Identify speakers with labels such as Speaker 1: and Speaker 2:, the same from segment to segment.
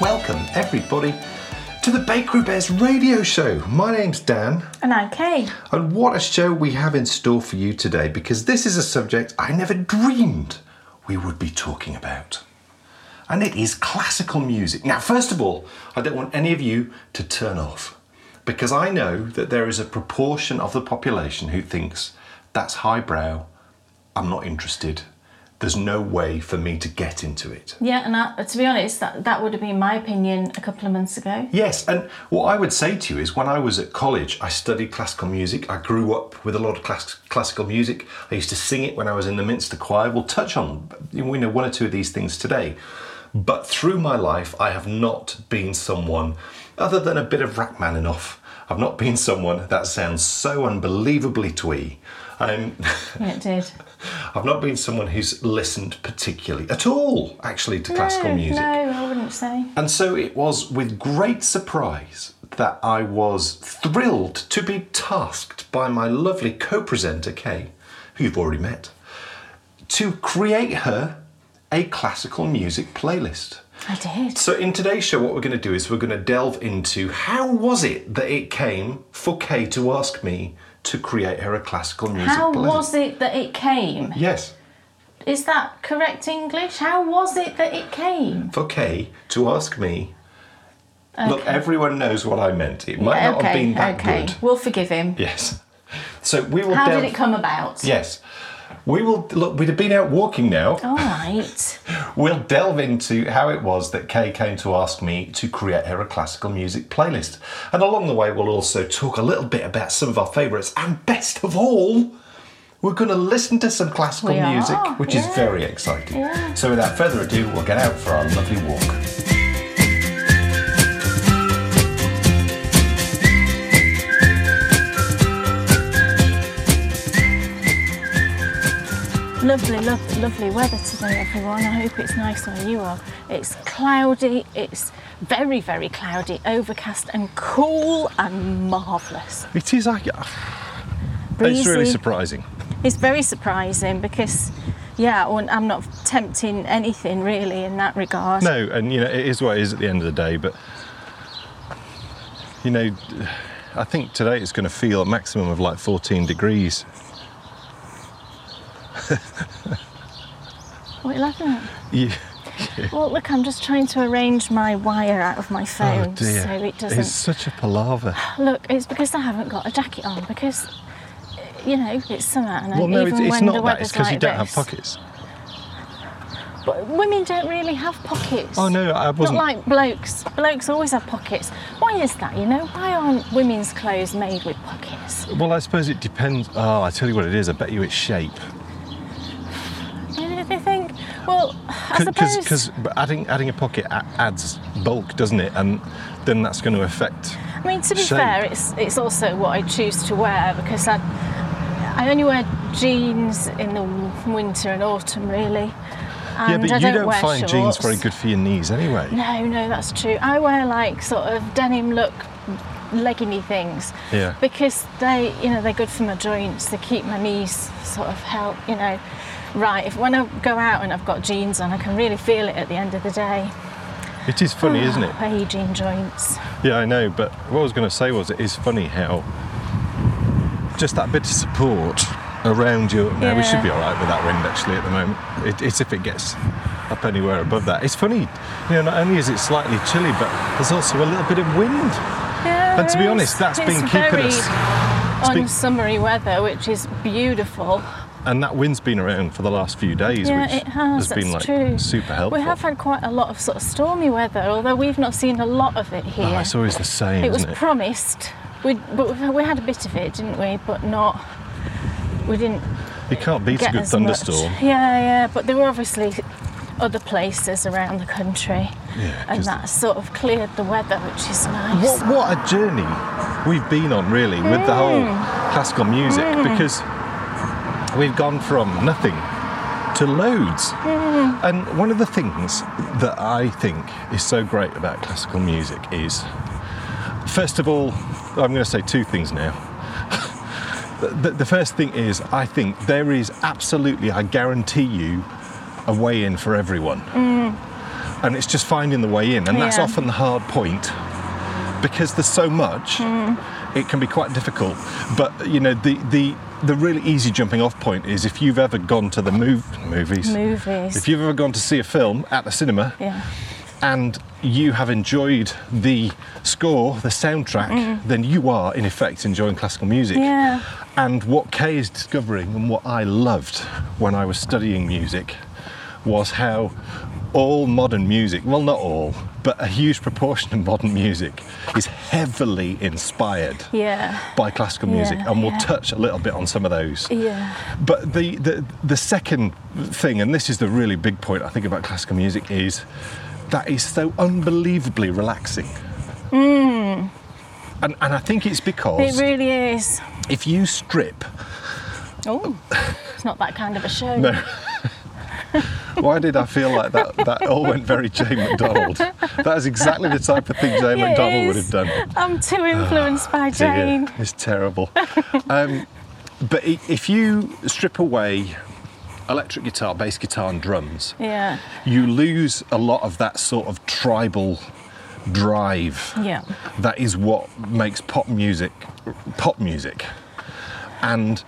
Speaker 1: Welcome, everybody, to the Bakery Bears radio show. My name's Dan,
Speaker 2: And I'm Kay.
Speaker 1: and what a show we have in store for you today because this is a subject I never dreamed we would be talking about. And it is classical music. Now, first of all, I don't want any of you to turn off because I know that there is a proportion of the population who thinks that's highbrow, I'm not interested, there's no way for me to get into it.
Speaker 2: Yeah, and I, to be honest, that, that would have been my opinion a couple of months ago.
Speaker 1: Yes, and what I would say to you is when I was at college, I studied classical music. I grew up with a lot of class- classical music. I used to sing it when I was in the Minster Choir. We'll touch on we know one or two of these things today. But through my life, I have not been someone other than a bit of Rachmaninoff. I've not been someone that sounds so unbelievably twee. I'm
Speaker 2: Yeah, it did.
Speaker 1: I've not been someone who's listened particularly at all, actually, to classical
Speaker 2: no,
Speaker 1: music.
Speaker 2: Mm, No, I wouldn't say.
Speaker 1: And so it was with great surprise that I was thrilled to be tasked by my lovely co presenter, Kay, who you've already met, to create her a classical music playlist.
Speaker 2: I did.
Speaker 1: So in today's show, what we're going to do is we're going to delve into how was it that it came for Kay to ask me to create her a classical music
Speaker 2: How
Speaker 1: playlist.
Speaker 2: was it that it came?
Speaker 1: Yes,
Speaker 2: Is that correct English? How was it that it came?
Speaker 1: for Kay to ask me. Look, everyone knows what I meant. It might not have
Speaker 2: okay,
Speaker 1: been that
Speaker 2: okay.
Speaker 1: good.
Speaker 2: We'll forgive him.
Speaker 1: Yes. So we will.
Speaker 2: How
Speaker 1: delve-
Speaker 2: did it come about?
Speaker 1: Yes. We will look. We'd have been out walking now.
Speaker 2: All right.
Speaker 1: We'll delve into how it was that Kay came to ask me to create her a classical music playlist, and along the way, we'll also talk a little bit about some of our favourites, and best of all. We're going to listen to some classical
Speaker 2: We are,
Speaker 1: music, which is
Speaker 2: yeah.
Speaker 1: very exciting.
Speaker 2: Yeah.
Speaker 1: So, without further ado, we'll get out for our lovely walk.
Speaker 2: Lovely, lovely, lovely weather today, everyone. I hope it's nice where you are. It's cloudy, it's very, very cloudy, overcast, and cool and marvellous.
Speaker 1: It is. I,
Speaker 2: Breezy.
Speaker 1: surprising.
Speaker 2: It's very surprising because, yeah, I wouldn't- I'm not tempting anything really in that regard.
Speaker 1: No, and you know it is what it is at the end of the day. But you know, I think today it's going to feel a maximum of like 14 degrees.
Speaker 2: What are you laughing at?
Speaker 1: You,
Speaker 2: Well, look, I'm just trying to arrange my wire out of my
Speaker 1: oh
Speaker 2: phone
Speaker 1: dear!
Speaker 2: so it doesn't.
Speaker 1: It's such a palaver.
Speaker 2: Look, it's because I haven't got a jacket on because, you know, it's summer and
Speaker 1: well, no,
Speaker 2: even
Speaker 1: it's, it's
Speaker 2: when the
Speaker 1: not that. It's
Speaker 2: weather's
Speaker 1: because
Speaker 2: like
Speaker 1: you don't have
Speaker 2: this-
Speaker 1: pockets.
Speaker 2: But women don't really have pockets.
Speaker 1: Oh no, I
Speaker 2: Not
Speaker 1: wasn't.
Speaker 2: like blokes. Blokes always have pockets. Why is that, you know? Why aren't women's clothes made with pockets?
Speaker 1: well, I suppose it depends. Oh, I tell you what it is. I bet you it's shape.
Speaker 2: You know, they think, well, I suppose.
Speaker 1: Because adding adding a pocket a- adds bulk, doesn't it? And then that's going to affect.
Speaker 2: I mean, to be
Speaker 1: shape.
Speaker 2: fair, it's it's also what I choose to wear because I I only wear jeans in the w- winter and autumn really. And
Speaker 1: yeah, but
Speaker 2: I
Speaker 1: you don't
Speaker 2: wear
Speaker 1: find jeans
Speaker 2: shorts.
Speaker 1: very good for your knees anyway.
Speaker 2: No, no, that's true. I wear like sort of denim look legginy things
Speaker 1: Yeah.
Speaker 2: because they you know they're good for my joints they keep my knees sort of help you know right if when i go out and i've got jeans on i can really feel it at the end of the day
Speaker 1: It is funny, isn't it?
Speaker 2: aging joints
Speaker 1: Yeah, I know, but what I was going to say was it is funny how just that bit of support around you. No, we should
Speaker 2: Yeah.
Speaker 1: be all right with that wind actually at the moment. It, it's if it gets up anywhere above that. It's funny, you know, not only is it slightly chilly, but there's also a little bit of wind.
Speaker 2: Yeah,
Speaker 1: And to be
Speaker 2: there
Speaker 1: honest,
Speaker 2: is.
Speaker 1: that's
Speaker 2: It's
Speaker 1: been keeping
Speaker 2: very
Speaker 1: us- been-
Speaker 2: unsummery weather, which is beautiful.
Speaker 1: And that wind's been around for the last few days,
Speaker 2: yeah,
Speaker 1: which
Speaker 2: it has.
Speaker 1: has been like
Speaker 2: that's true.
Speaker 1: super helpful.
Speaker 2: We have had quite a lot of sort of stormy weather, although we've not seen a lot of it here.
Speaker 1: oh, it's always the same,
Speaker 2: it was
Speaker 1: isn't it?
Speaker 2: promised. We but we- we had a bit of it, didn't we? But not. We didn't
Speaker 1: you can't beat
Speaker 2: get
Speaker 1: a good
Speaker 2: as
Speaker 1: thunderstorm.
Speaker 2: Much. Yeah, yeah. But there were obviously other places around the country,
Speaker 1: Yeah,
Speaker 2: and
Speaker 1: 'cause-
Speaker 2: that sort of cleared the weather, which is nice.
Speaker 1: What, what a journey we've been on, really, with the whole classical music because we've gone from nothing to loads. And one of the things that I think is so great about classical music is, first of all, I'm going to say two things now. The- the, the first thing is, I think there is absolutely, I guarantee you, a way in for everyone. and it's just finding the way in, and that's
Speaker 2: Mm. Yeah.
Speaker 1: often the hard point because there's so much.
Speaker 2: Mm.
Speaker 1: It can be quite difficult, but you know the the the really easy jumping off point is if you've ever gone to the move, movies.
Speaker 2: Movies.
Speaker 1: If you've ever gone to see a film at the cinema,
Speaker 2: Yeah.
Speaker 1: and you have enjoyed the score, the soundtrack, then you are in effect enjoying classical music.
Speaker 2: Mm. Yeah.
Speaker 1: And what Kay is discovering and what I loved when I was studying music was how all modern music, well, not all, but a huge proportion of modern music is heavily inspired
Speaker 2: Yeah.
Speaker 1: by classical music.
Speaker 2: Yeah,
Speaker 1: and we'll
Speaker 2: yeah.
Speaker 1: touch a little bit on some of those.
Speaker 2: Yeah.
Speaker 1: But the, the the second thing, and this is the really big point I think about classical music, is that is so unbelievably relaxing. And, and I think it's because
Speaker 2: Hmm. It really is.
Speaker 1: if you strip,
Speaker 2: Oh, it's not that kind of a show.
Speaker 1: no. Why did I feel like that? That all went very Jane McDonald. That is exactly the type of thing Jane
Speaker 2: It
Speaker 1: McDonald would
Speaker 2: is.
Speaker 1: have done.
Speaker 2: I'm too influenced by
Speaker 1: Dear,
Speaker 2: Jane.
Speaker 1: It's terrible. um, but i- if you strip away electric guitar, bass guitar, and drums,
Speaker 2: Yeah.
Speaker 1: you lose a lot of that sort of tribal drive.
Speaker 2: Yeah.
Speaker 1: That is what makes pop music pop music. And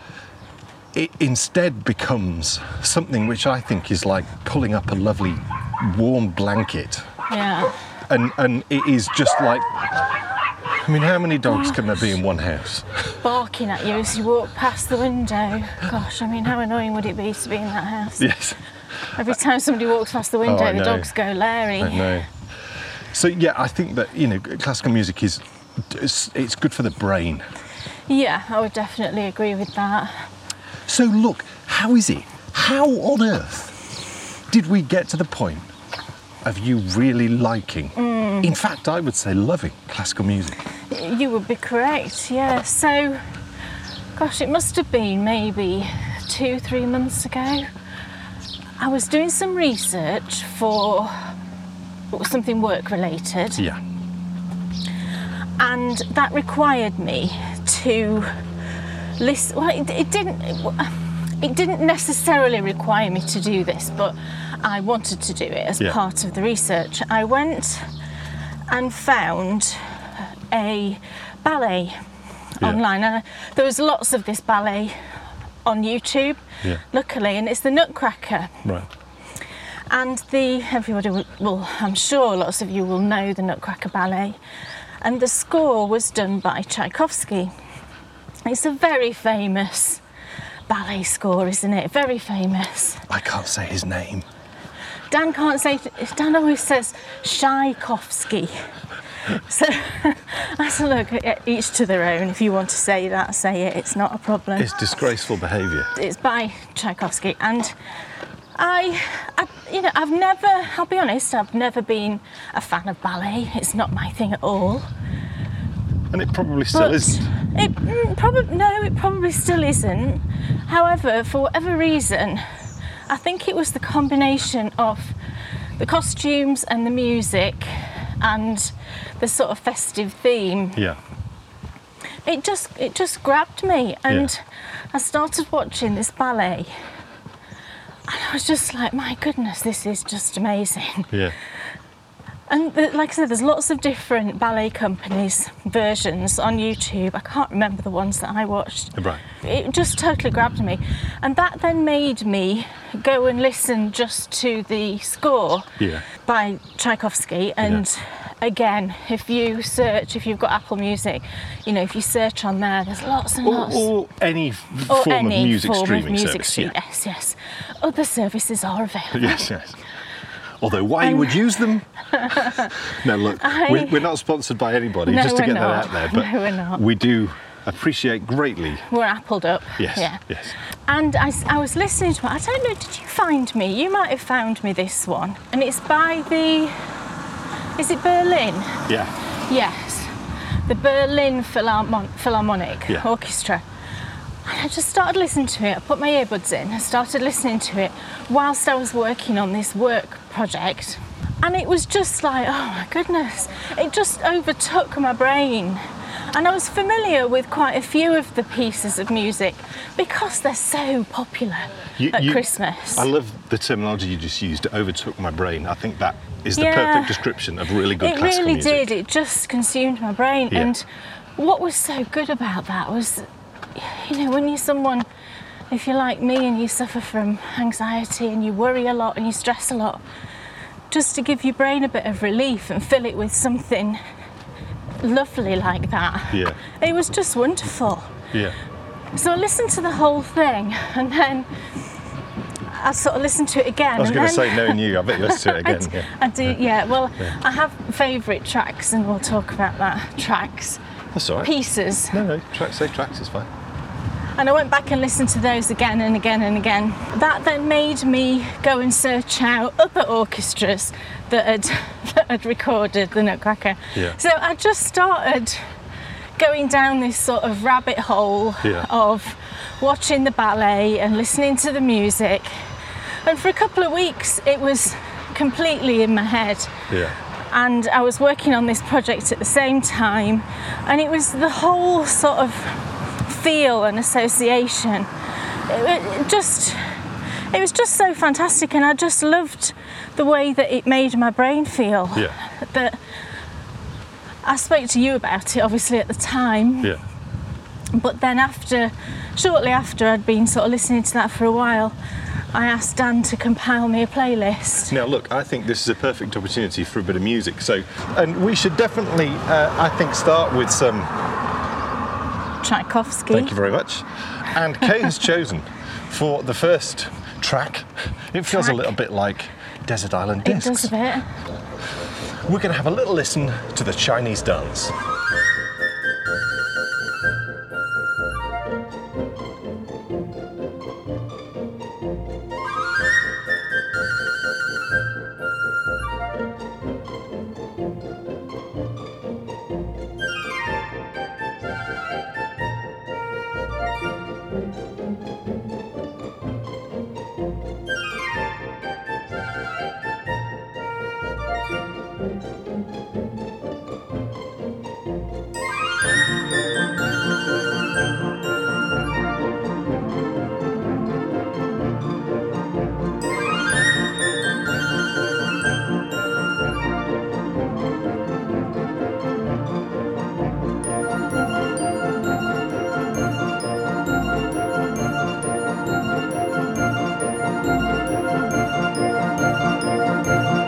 Speaker 1: it instead becomes something which I think is like pulling up a lovely warm blanket.
Speaker 2: Yeah.
Speaker 1: And, and it is just like, I mean, how many dogs can there be in one house?
Speaker 2: Barking at you as you walk past the window. Gosh, I mean, how annoying would it be to be in that house?
Speaker 1: Yes.
Speaker 2: Every time somebody walks past the window,
Speaker 1: Oh, I
Speaker 2: the
Speaker 1: know.
Speaker 2: dogs go Larry.
Speaker 1: I know. So yeah, I think that you know classical music is it's, it's good for the brain.
Speaker 2: Yeah, I would definitely agree with that.
Speaker 1: So look, how is it? How on earth did we get to the point of you really liking?
Speaker 2: Mm.
Speaker 1: In fact, I would say loving classical music.
Speaker 2: You would be correct, yeah. So, gosh, it must have been maybe two, three months ago. I was doing some research for something work related.
Speaker 1: Yeah.
Speaker 2: and that required me to listen. Well, it, it didn't. It didn't necessarily require me to do this, but I wanted to do it as
Speaker 1: Yeah.
Speaker 2: part of the research. I went and found a ballet
Speaker 1: Yeah.
Speaker 2: online, and I- there was lots of this ballet on YouTube,
Speaker 1: Yeah.
Speaker 2: luckily, and it's the Nutcracker.
Speaker 1: Right.
Speaker 2: And the everybody will, will, I'm sure lots of you will know the Nutcracker Ballet. And the score was done by Tchaikovsky. It's a very famous ballet score, isn't it? Very famous.
Speaker 1: I can't say his name.
Speaker 2: Dan can't say, Dan always says Tchaikovsky. So I said, look, e- each to their own. If you want to say that, say it. It's not a problem.
Speaker 1: It's disgraceful behaviour.
Speaker 2: it's by Tchaikovsky, and I, I, you know, I've never, I'll be honest, I've never been a fan of ballet. It's not my thing at all.
Speaker 1: And it probably still isn't.
Speaker 2: It probably no, it probably still isn't. However, for whatever reason, I think it was the combination of the costumes and the music and the sort of festive theme
Speaker 1: Yeah.
Speaker 2: it just it just grabbed me and I started watching this ballet and I was just like my goodness this is just amazing
Speaker 1: Yeah.
Speaker 2: and the, like I said there's lots of different ballet companies versions on YouTube I can't remember the ones that I watched
Speaker 1: Right.
Speaker 2: it just totally grabbed me and that then made me go and listen just to the score
Speaker 1: Yeah.
Speaker 2: by Tchaikovsky. And again, if you search, if you've got Apple Music, you know, if you search on there, there's lots and
Speaker 1: Or,
Speaker 2: lots.
Speaker 1: or any f-
Speaker 2: Or
Speaker 1: form
Speaker 2: any
Speaker 1: of music
Speaker 2: form
Speaker 1: streaming
Speaker 2: of music
Speaker 1: service.
Speaker 2: stream-
Speaker 1: yeah.
Speaker 2: Yes, yes. Other services are available.
Speaker 1: Yes, yes. Although why you would use them? no, look,
Speaker 2: I-
Speaker 1: we're, we're not sponsored by anybody.
Speaker 2: No,
Speaker 1: just to
Speaker 2: we're
Speaker 1: get
Speaker 2: not.
Speaker 1: that out there, but
Speaker 2: No, we're not.
Speaker 1: we do appreciate greatly.
Speaker 2: We're appled up.
Speaker 1: Yes,
Speaker 2: Yeah.
Speaker 1: yes.
Speaker 2: And I, s- I was listening to it. I don't know, did you find me? You might have found me this one. And it's by the. Is it Berlin?
Speaker 1: Yeah,
Speaker 2: Yes, the Berlin Philharmon- Philharmonic
Speaker 1: Yeah.
Speaker 2: Orchestra. And I just started listening to it. I put my earbuds in. I started listening to it whilst I was working on this work project. And it was just like, oh my goodness, it just overtook my brain. And I was familiar with quite a few of the pieces of music because they're so popular
Speaker 1: You-
Speaker 2: at
Speaker 1: you-
Speaker 2: Christmas.
Speaker 1: I love the terminology you just used. It overtook my brain. I think that is the
Speaker 2: Yeah.
Speaker 1: perfect description of really good
Speaker 2: it
Speaker 1: classical
Speaker 2: really
Speaker 1: music.
Speaker 2: did it just consumed my brain
Speaker 1: Yeah.
Speaker 2: and what was so good about that was you know when you're someone if you're like me and you suffer from anxiety and you worry a lot and you stress a lot just to give your brain a bit of relief and fill it with something lovely like that
Speaker 1: Yeah.
Speaker 2: it was just wonderful
Speaker 1: Yeah.
Speaker 2: so I listened to the whole thing and then I sort of listened to it again.
Speaker 1: I was
Speaker 2: and
Speaker 1: going to
Speaker 2: then-
Speaker 1: say, knowing you, I bet you'll do it
Speaker 2: I
Speaker 1: again.
Speaker 2: d-
Speaker 1: Yeah.
Speaker 2: I do, yeah. Well, I have favourite tracks, and we'll talk about that. Tracks,
Speaker 1: That's all right.
Speaker 2: pieces.
Speaker 1: No, no, track, say tracks is fine.
Speaker 2: And I went back and listened to those again and again and again. That then made me go and search out other orchestras that had, that had recorded the Nutcracker.
Speaker 1: Yeah.
Speaker 2: So I just started going down this sort of rabbit hole
Speaker 1: Yeah.
Speaker 2: of watching the ballet and listening to the music. And for a couple of weeks, it was completely in my head
Speaker 1: Yeah.
Speaker 2: and I was working on this project at the same time, and it was the whole sort of feel and association. It, wa- it just, it was just so fantastic, and I just loved the way that it made my brain feel.
Speaker 1: Yeah.
Speaker 2: That I spoke to you about it, obviously at the time,
Speaker 1: Yeah.
Speaker 2: but then after, shortly after I'd been sort of listening to that for a while, I asked Dan to compile me a playlist.
Speaker 1: Now, look, I think this is a perfect opportunity for a bit of music. So, and we should definitely, uh, I think, start with some.
Speaker 2: Tchaikovsky.
Speaker 1: Thank you very much. And Kay has chosen for the first track. It feels a
Speaker 2: Track.
Speaker 1: little bit like Desert Island
Speaker 2: it
Speaker 1: Discs.
Speaker 2: does a bit.
Speaker 1: We're going to have a little listen to the Chinese dance.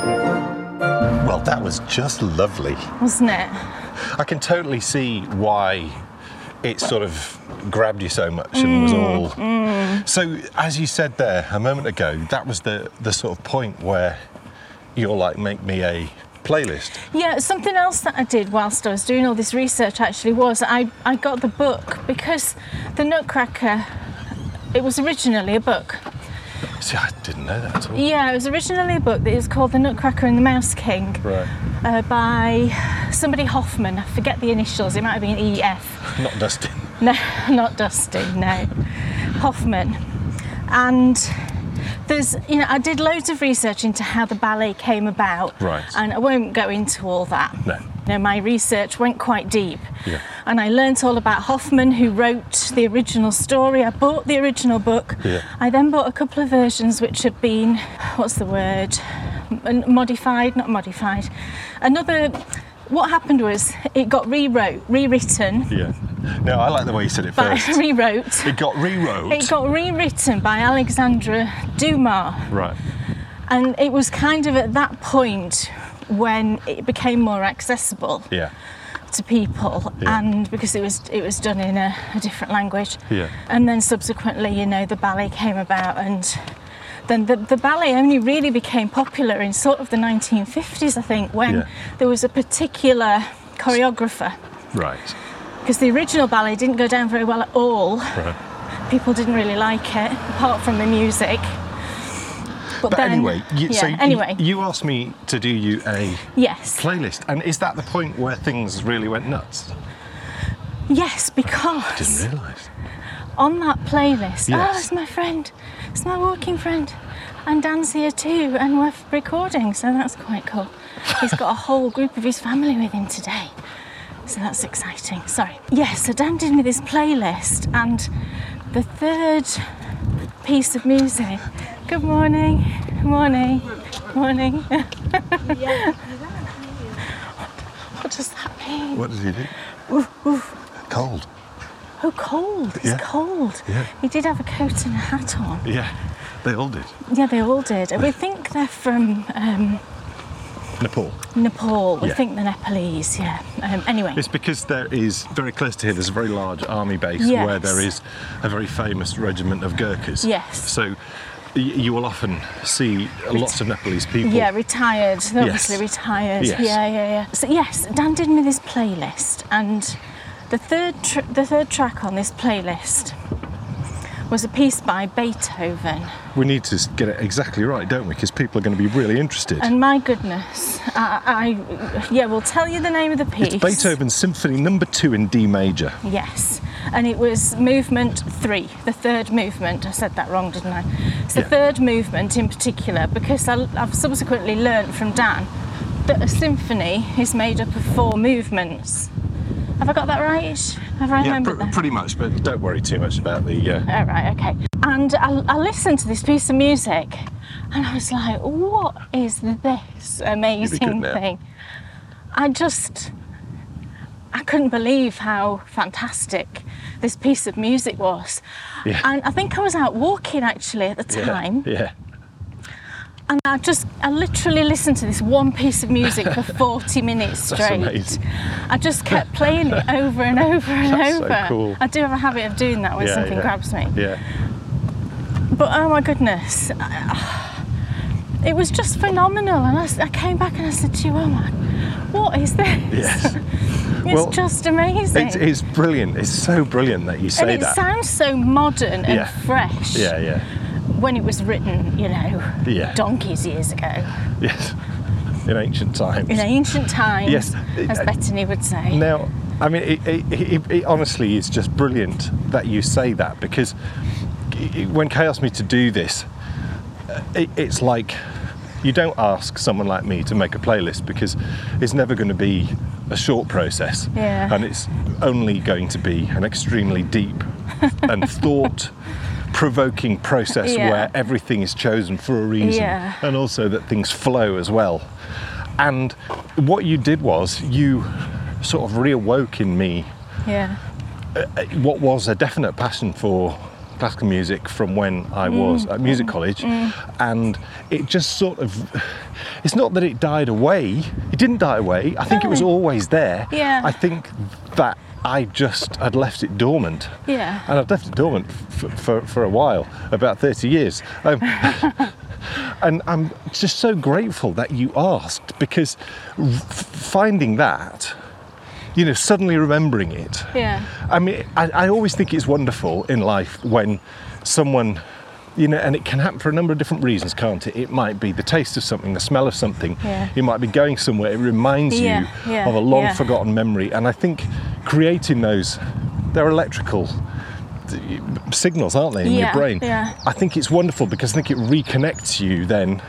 Speaker 1: Well, that was just lovely.
Speaker 2: wasn't it?
Speaker 1: I can totally see why it sort of grabbed you so much and
Speaker 2: Mm,
Speaker 1: was all. So, as you said there a moment ago, that was the, the sort of point where you're like, make me a playlist.
Speaker 2: Yeah, something else that I did whilst I was doing all this research actually was I, I got the book because the Nutcracker, it was originally a book.
Speaker 1: See, I didn't know that at all.
Speaker 2: Yeah, it was originally a book that is called The Nutcracker and the Mouse King
Speaker 1: Right.
Speaker 2: uh, by somebody Hoffman. I forget the initials, it might have been E EF.
Speaker 1: Not Dustin.
Speaker 2: No, not Dusty, no. Hoffman. And there's, you know, I did loads of research into how the ballet came about.
Speaker 1: Right.
Speaker 2: And I won't go into all that.
Speaker 1: No.
Speaker 2: You know, my research went quite deep.
Speaker 1: Yeah.
Speaker 2: And I learnt all about Hoffman, who wrote the original story. I bought the original book.
Speaker 1: Yeah.
Speaker 2: I then bought a couple of versions which had been, what's the word? M- modified, not modified. Another, what happened was it got rewrote, rewritten
Speaker 1: Yeah. No, I like the way you said it
Speaker 2: but
Speaker 1: first.
Speaker 2: rewrote.
Speaker 1: It got rewrote.
Speaker 2: It got rewritten by Alexandra Dumas,
Speaker 1: right.
Speaker 2: and it was kind of at that point when it became more accessible
Speaker 1: Yeah.
Speaker 2: to people,
Speaker 1: Yeah.
Speaker 2: and because it was it was done in a, a different language.
Speaker 1: Yeah.
Speaker 2: And then subsequently, you know, the ballet came about, and then the, the ballet only really became popular in sort of the 1950s, I think, when
Speaker 1: Yeah.
Speaker 2: there was a particular choreographer.
Speaker 1: Right.
Speaker 2: Because the original ballet didn't go down very well at all.
Speaker 1: Right.
Speaker 2: people didn't really like it, apart from the music. But,
Speaker 1: But
Speaker 2: then,
Speaker 1: anyway, you,
Speaker 2: yeah,
Speaker 1: so y-
Speaker 2: anyway,
Speaker 1: you asked me to do you a
Speaker 2: yes,
Speaker 1: playlist, and is that the point where things really went nuts?
Speaker 2: yes, because
Speaker 1: realise.
Speaker 2: on that playlist,
Speaker 1: Yes.
Speaker 2: oh, it's my friend, it's my walking friend, and Dan's here too, and we're recording, so that's quite cool. He's got a whole group of his family with him today, So that's exciting. Sorry. Yes, so Dan did me this playlist, and the third piece of music. Good morning, morning, morning. what does that mean?
Speaker 1: What does he do?
Speaker 2: Oof, oof.
Speaker 1: Cold.
Speaker 2: Oh, cold. It's
Speaker 1: Yeah.
Speaker 2: cold.
Speaker 1: Yeah.
Speaker 2: He did have a coat and a hat on.
Speaker 1: Yeah, they all did.
Speaker 2: Yeah, they all did. We think they're from um,
Speaker 1: Nepal.
Speaker 2: Nepal. We
Speaker 1: Yeah.
Speaker 2: think the Nepalese. Yeah. Um, anyway.
Speaker 1: It's because there is very close to here. There's a very large army base
Speaker 2: Yes.
Speaker 1: where there is a very famous regiment of Gurkhas.
Speaker 2: Yes.
Speaker 1: So y- you will often see lots of Nepalese people.
Speaker 2: yeah, retired. They're
Speaker 1: Yes.
Speaker 2: obviously retired.
Speaker 1: Yes.
Speaker 2: Yeah, yeah, yeah. So yes, Dan did me this playlist, and the third tr- the third track on this playlist was a piece by Beethoven.
Speaker 1: We need to s- get it exactly right, don't we? Because people are going to be really interested.
Speaker 2: And my goodness, I, I yeah, we'll tell you the name of the piece.
Speaker 1: it's Beethoven's Symphony Number Two in D Major.
Speaker 2: Yes, and it was movement three, the third movement. I said that wrong, didn't I? It's the
Speaker 1: Yeah.
Speaker 2: third movement in particular because I, I've subsequently learnt from Dan that a symphony is made up of four movements. Have I got that right? Have I
Speaker 1: Yeah,
Speaker 2: remembered
Speaker 1: pr-
Speaker 2: that?
Speaker 1: pretty much. But don't worry too much about the. Uh,
Speaker 2: All Oh, right, okay. And I, I listened to this piece of music and I was like, what is this amazing
Speaker 1: now.
Speaker 2: thing? I just, I couldn't believe how fantastic this piece of music was.
Speaker 1: Yeah.
Speaker 2: And I think I was out walking actually at the
Speaker 1: yeah,
Speaker 2: time
Speaker 1: Yeah.
Speaker 2: and I just, I literally listened to this one piece of music for 40 minutes straight.
Speaker 1: That's amazing.
Speaker 2: I just kept playing it over and over and
Speaker 1: That's so
Speaker 2: over.
Speaker 1: cool.
Speaker 2: I do have a habit of doing that when
Speaker 1: yeah,
Speaker 2: something
Speaker 1: yeah.
Speaker 2: grabs me.
Speaker 1: Yeah.
Speaker 2: But oh my goodness, I- it was just phenomenal. And I s- I, came back and I said to you, oh my, what is this?
Speaker 1: Yes.
Speaker 2: it's
Speaker 1: Well,
Speaker 2: just amazing.
Speaker 1: It's, it's brilliant. It's so brilliant that you say
Speaker 2: and it
Speaker 1: that.
Speaker 2: sounds so modern and
Speaker 1: Yeah.
Speaker 2: fresh
Speaker 1: yeah, yeah,
Speaker 2: when it was written, you know,
Speaker 1: Yeah.
Speaker 2: donkeys years ago,
Speaker 1: yes. In ancient times.
Speaker 2: in ancient times,
Speaker 1: Yes, it-
Speaker 2: as
Speaker 1: uh,
Speaker 2: Bethany would say.
Speaker 1: Now, I mean, it, it, it, it honestly is just brilliant that you say that because i- i- when Kay asked me to do this, uh, it, it's like you don't ask someone like me to make a playlist because it's never going to be a short process.
Speaker 2: Yeah.
Speaker 1: And it's only going to be an extremely deep and thought provoking process
Speaker 2: Yeah.
Speaker 1: where everything is chosen for a reason
Speaker 2: Yeah.
Speaker 1: and also that things flow as well. And what you did was you sort of reawoke in me
Speaker 2: Yeah.
Speaker 1: uh, what was a definite passion for classical music from when I
Speaker 2: Mm.
Speaker 1: was at music college, and it just sort of. It's not that it died away. It didn't die away. I think it was
Speaker 2: No.
Speaker 1: always there.
Speaker 2: Yeah.
Speaker 1: I think that I just had left it dormant.
Speaker 2: Yeah.
Speaker 1: And I've left it dormant f- for for a while, about thirty years. Um, and I'm just so grateful that you asked because r- f- finding that, you know, suddenly remembering it.
Speaker 2: Yeah.
Speaker 1: I mean, I, I always think it's wonderful in life when someone, you know, and it can happen for a number of different reasons, can't it? It might be the taste of something, the smell of something.
Speaker 2: Yeah.
Speaker 1: You might be going somewhere. It reminds
Speaker 2: Yeah,
Speaker 1: you
Speaker 2: yeah,
Speaker 1: of a long
Speaker 2: yeah.
Speaker 1: forgotten memory. And I think creating those, they're electrical d- signals, aren't they, in
Speaker 2: Yeah,
Speaker 1: your brain?
Speaker 2: yeah.
Speaker 1: I think it's wonderful because I think it reconnects you then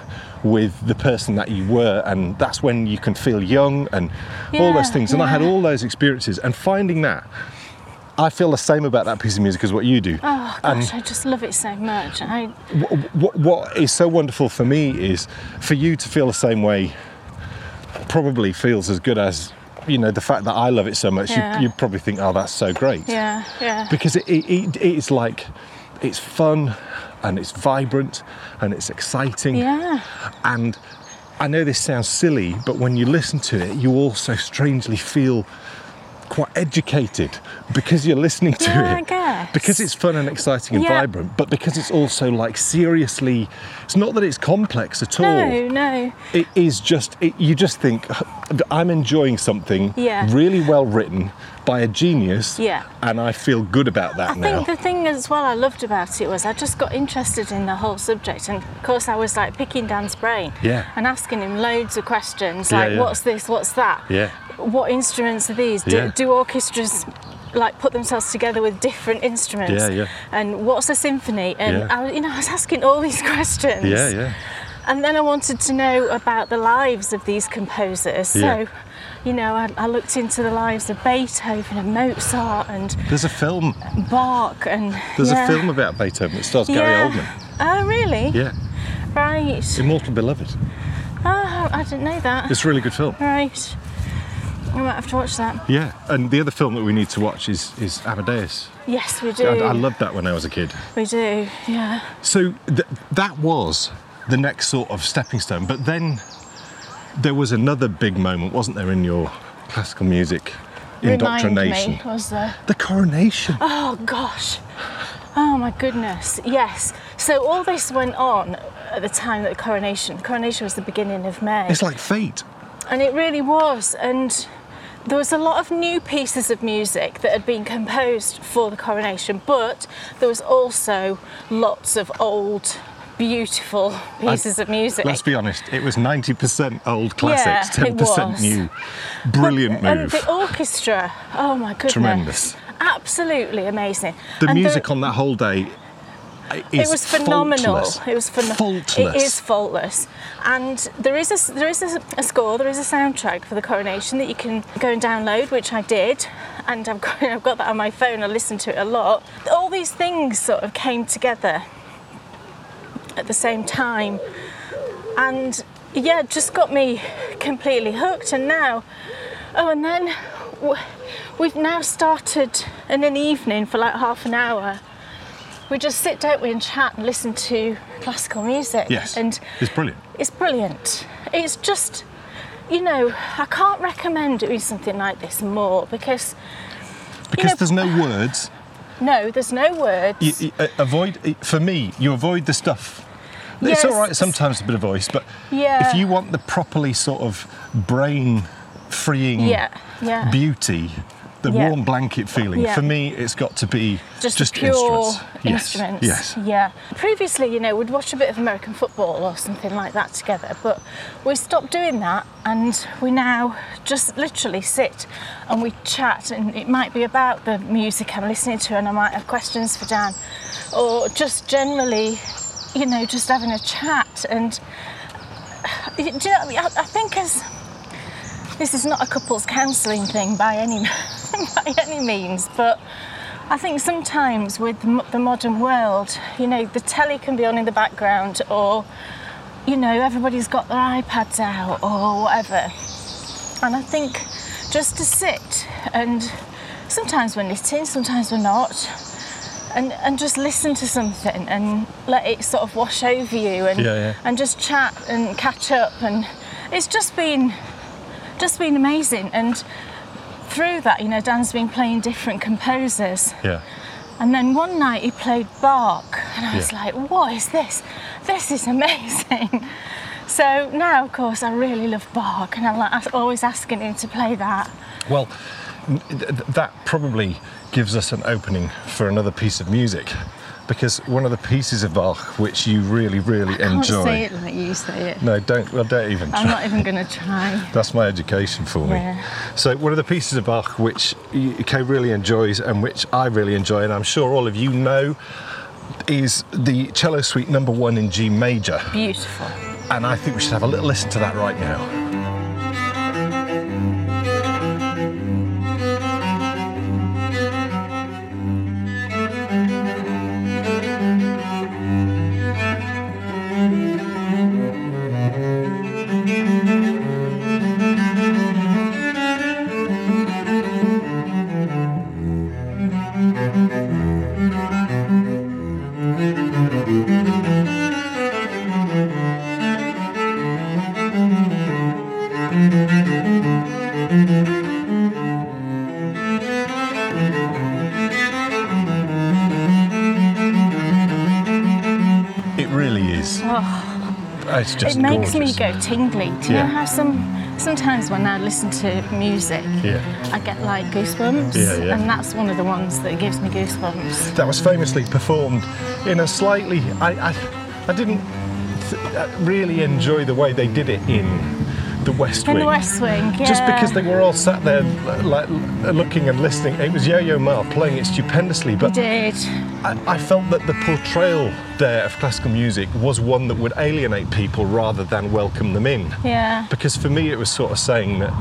Speaker 1: with the person that you were and that's when you can feel young and all those
Speaker 2: Yeah,
Speaker 1: things and i had
Speaker 2: yeah.
Speaker 1: all those experiences and finding that I feel the same about that piece of music as what you do.
Speaker 2: Oh gosh, I just love it so much. I,
Speaker 1: What, what is so wonderful for me is for you to feel the same way. Probably feels as good as you know the fact that I love it so much.
Speaker 2: Yeah.
Speaker 1: You, you probably think, oh, that's so great.
Speaker 2: yeah, yeah.
Speaker 1: Because it, it, it, it is like it's fun and it's vibrant and it's exciting.
Speaker 2: yeah.
Speaker 1: And I know this sounds silly, but when you listen to it, you also strangely feel quite educated because you're listening to it.
Speaker 2: Yeah, I guess.
Speaker 1: Because it's fun and exciting and
Speaker 2: Yeah.
Speaker 1: vibrant, but because it's also like seriously, it's not that it's complex at all.
Speaker 2: No, no.
Speaker 1: It is just, it, you just think, I'm enjoying something
Speaker 2: Yeah.
Speaker 1: really well written by a genius,
Speaker 2: Yeah.
Speaker 1: and I feel good about that
Speaker 2: I
Speaker 1: now.
Speaker 2: think the thing as well I loved about it was I just got interested in the whole subject, and of course I was like picking Dan's brain
Speaker 1: Yeah.
Speaker 2: and asking him loads of questions
Speaker 1: Yeah,
Speaker 2: like,
Speaker 1: yeah.
Speaker 2: "What's this? What's that?
Speaker 1: Yeah.
Speaker 2: What instruments are these? Do,
Speaker 1: Yeah.
Speaker 2: do orchestras like put themselves together with different instruments?
Speaker 1: Yeah, yeah.
Speaker 2: And what's a symphony? And
Speaker 1: Yeah.
Speaker 2: I, you know, I was asking all these questions.
Speaker 1: yeah, yeah.
Speaker 2: And then I wanted to know about the lives of these composers.
Speaker 1: Yeah.
Speaker 2: So You know, I, I looked into the lives of Beethoven and Mozart and
Speaker 1: There's a film.
Speaker 2: Bach and.
Speaker 1: There's
Speaker 2: yeah.
Speaker 1: a film about Beethoven that stars Gary Oldman.
Speaker 2: Oh, really?
Speaker 1: Yeah,
Speaker 2: Right.
Speaker 1: Immortal Beloved.
Speaker 2: Oh, I didn't know that.
Speaker 1: It's a really good film.
Speaker 2: Right. I might have to watch that.
Speaker 1: Yeah, and the other film that we need to watch is is Amadeus.
Speaker 2: Yes, we
Speaker 1: I,
Speaker 2: do.
Speaker 1: I loved that when I was a kid.
Speaker 2: we do. Yeah.
Speaker 1: So th- that was the next sort of stepping stone. But then there was another big moment, wasn't there, in your classical music indoctrination?
Speaker 2: Remind me, was there?
Speaker 1: The coronation.
Speaker 2: Oh gosh. Oh my goodness. Yes. So all this went on at the time that the coronation. The coronation was the beginning of May.
Speaker 1: It's like fate.
Speaker 2: and it really was and there was a lot of new pieces of music that had been composed for the coronation but there was also lots of old beautiful pieces of music
Speaker 1: Let's be honest, it was 90% old classics,
Speaker 2: Yeah, it
Speaker 1: 10%
Speaker 2: was.
Speaker 1: new. Brilliant
Speaker 2: and
Speaker 1: move.
Speaker 2: the orchestra oh my goodness
Speaker 1: Tremendous.
Speaker 2: absolutely amazing
Speaker 1: the
Speaker 2: And
Speaker 1: music on that whole day i- is
Speaker 2: it was phenomenal.
Speaker 1: faultless.
Speaker 2: It was phenomenal.
Speaker 1: Faultless.
Speaker 2: It is faultless, and there is a s- there is a, s- a score, there is a soundtrack for the coronation that you can go and download, which I did, and I've got I've got that on my phone. I listen to it a lot. All these things sort of came together at the same time, and yeah, it just got me completely hooked. And now, oh, and then. w- We've now started in an evening for like half an hour we just sit, don't we, and chat and listen to classical music.
Speaker 1: Yes.
Speaker 2: And
Speaker 1: it's brilliant.
Speaker 2: it's brilliant. It's just, you know, I can't recommend doing something like this more because,
Speaker 1: Because
Speaker 2: know-
Speaker 1: there's no words.
Speaker 2: no, there's no words.
Speaker 1: You, you, uh, avoid i- for me. You avoid the stuff. It's
Speaker 2: Yes.
Speaker 1: all right sometimes a bit of voice, but
Speaker 2: Yeah.
Speaker 1: if you want the properly sort of brain freeing
Speaker 2: yeah, yeah.
Speaker 1: beauty, the
Speaker 2: Yeah.
Speaker 1: warm blanket feeling.
Speaker 2: Yeah.
Speaker 1: For me, it's got to be
Speaker 2: just,
Speaker 1: just,
Speaker 2: the pure
Speaker 1: instruments. Yes,
Speaker 2: instruments.
Speaker 1: Yes.
Speaker 2: Yeah. Previously, you know, we'd watch a bit of American football or something like that together, but we stopped doing that and we now just literally sit and we chat and it might be about the music I'm listening to and I might have questions for Dan or just generally, you know, just having a chat and do you know, what I, mean? I, I think as this is not a couples counselling thing by any by any means, but I think sometimes with the mo- the modern world, you know, the telly can be on in the background, or you know, everybody's got their iPads out or whatever, and I think just to sit and sometimes we're knitting, sometimes we're not. And, and just listen to something and let it sort of wash over you and
Speaker 1: Yeah, yeah.
Speaker 2: and just chat and catch up and it's just been just been amazing and through that you know dan's been playing different composers
Speaker 1: Yeah.
Speaker 2: and then one night he played bach and i was
Speaker 1: Yeah.
Speaker 2: like what is this this is amazing so now of course i really love bach and i'm like as- always asking him to play that
Speaker 1: Well, n- th- th- that probably gives us an opening for another piece of music, because one of the pieces of Bach which you really, really enjoy.
Speaker 2: can't say it like you say it
Speaker 1: No, don't. Well, don't even. try.
Speaker 2: i'm not even gonna try
Speaker 1: That's my education for me.
Speaker 2: Yeah.
Speaker 1: So one of the pieces of Bach which y- Kay really enjoys and which I really enjoy, and I'm sure all of you know, is the cello suite number one in G major.
Speaker 2: beautiful
Speaker 1: And I think we should have a little listen to that right now. It really is. It's just
Speaker 2: Oh. it makes
Speaker 1: gorgeous.
Speaker 2: me go tingly do you
Speaker 1: Yeah.
Speaker 2: know how some sometimes when i listen to music
Speaker 1: Yeah.
Speaker 2: I get like goosebumps,
Speaker 1: Yeah, yeah.
Speaker 2: and that's one of the ones that gives me goosebumps.
Speaker 1: That was famously performed in a slightly. I, I, I didn't th- uh, really enjoy the way they did it in the West
Speaker 2: In
Speaker 1: Wing.
Speaker 2: the West Wing, yeah.
Speaker 1: Just because they were all sat there, like looking and listening, it was Yo-Yo Ma playing it stupendously. But
Speaker 2: did.
Speaker 1: I, I felt that the portrayal there of classical music was one that would alienate people rather than welcome them in.
Speaker 2: Yeah.
Speaker 1: Because for me, it was sort of saying that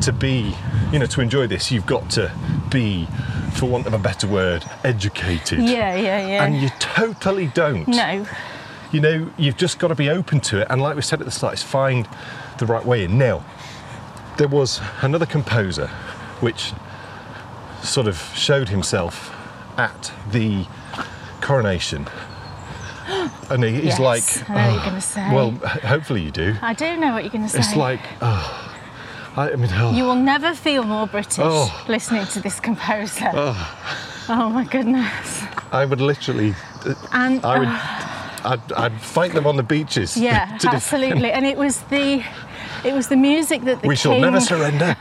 Speaker 1: to be, you know, to enjoy this, you've got to be, for want of a better word, educated.
Speaker 2: Yeah, yeah, yeah.
Speaker 1: And you totally don't.
Speaker 2: no.
Speaker 1: You know, you've just got to be open to it. And like we said at the start, it's find the right way in. Now, there was another composer which sort of showed himself at the coronation. And he- he's
Speaker 2: Yes,
Speaker 1: like,
Speaker 2: I know what you're gonna say.
Speaker 1: Well, h- hopefully you do.
Speaker 2: I do know what you're going to say.
Speaker 1: It's like, oh, I, I mean, oh,
Speaker 2: You will never feel more British
Speaker 1: Oh.
Speaker 2: listening to this composer. Oh, my goodness.
Speaker 1: I would literally,
Speaker 2: And
Speaker 1: I would,
Speaker 2: oh,
Speaker 1: I'd, I'd fight them on the beaches.
Speaker 2: yeah,
Speaker 1: to def-
Speaker 2: absolutely. And it was the it was the music that the
Speaker 1: We shall
Speaker 2: king
Speaker 1: never surrender.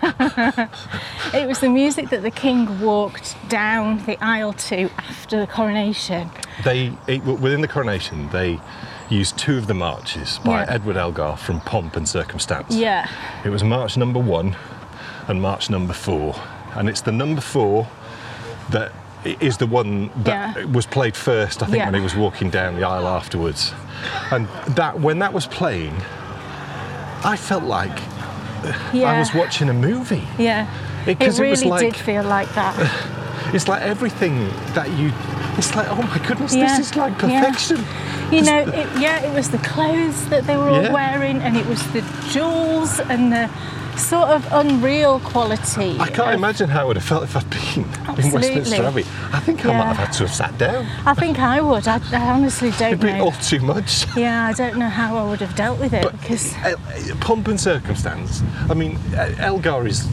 Speaker 2: it was the music that the king walked down the aisle to after the coronation.
Speaker 1: They it, w- within the coronation they used two of the marches by
Speaker 2: Yeah.
Speaker 1: Edward Elgar from Pomp and Circumstance.
Speaker 2: Yeah.
Speaker 1: It was March number one and March number four, and it's the number four that i- is the one that
Speaker 2: Yeah.
Speaker 1: was played first. I think
Speaker 2: Yeah.
Speaker 1: when he was walking down the aisle afterwards, and that when that was playing, I felt like
Speaker 2: Yeah.
Speaker 1: I was watching a movie.
Speaker 2: Yeah.
Speaker 1: It-
Speaker 2: It,
Speaker 1: 'cause
Speaker 2: really
Speaker 1: it was like-
Speaker 2: did feel like that.
Speaker 1: It's like everything that you. It's like oh my goodness,
Speaker 2: Yeah.
Speaker 1: this is like
Speaker 2: Yeah.
Speaker 1: perfection.
Speaker 2: You know, it, yeah, it was the clothes that they were all
Speaker 1: Yeah.
Speaker 2: wearing, and it was the jewels and the sort of unreal quality.
Speaker 1: I can't
Speaker 2: of-
Speaker 1: imagine how it would have felt if I'd been in Westminster
Speaker 2: Absolutely.
Speaker 1: Abbey. I think I might
Speaker 2: Yeah.
Speaker 1: have had to have sat down.
Speaker 2: I think I would. I, I honestly
Speaker 1: It'd
Speaker 2: don't
Speaker 1: be
Speaker 2: know.
Speaker 1: all too much.
Speaker 2: Yeah, I don't know how I would have dealt with it
Speaker 1: But
Speaker 2: because
Speaker 1: uh, pomp and circumstance. I mean, uh, Elgar is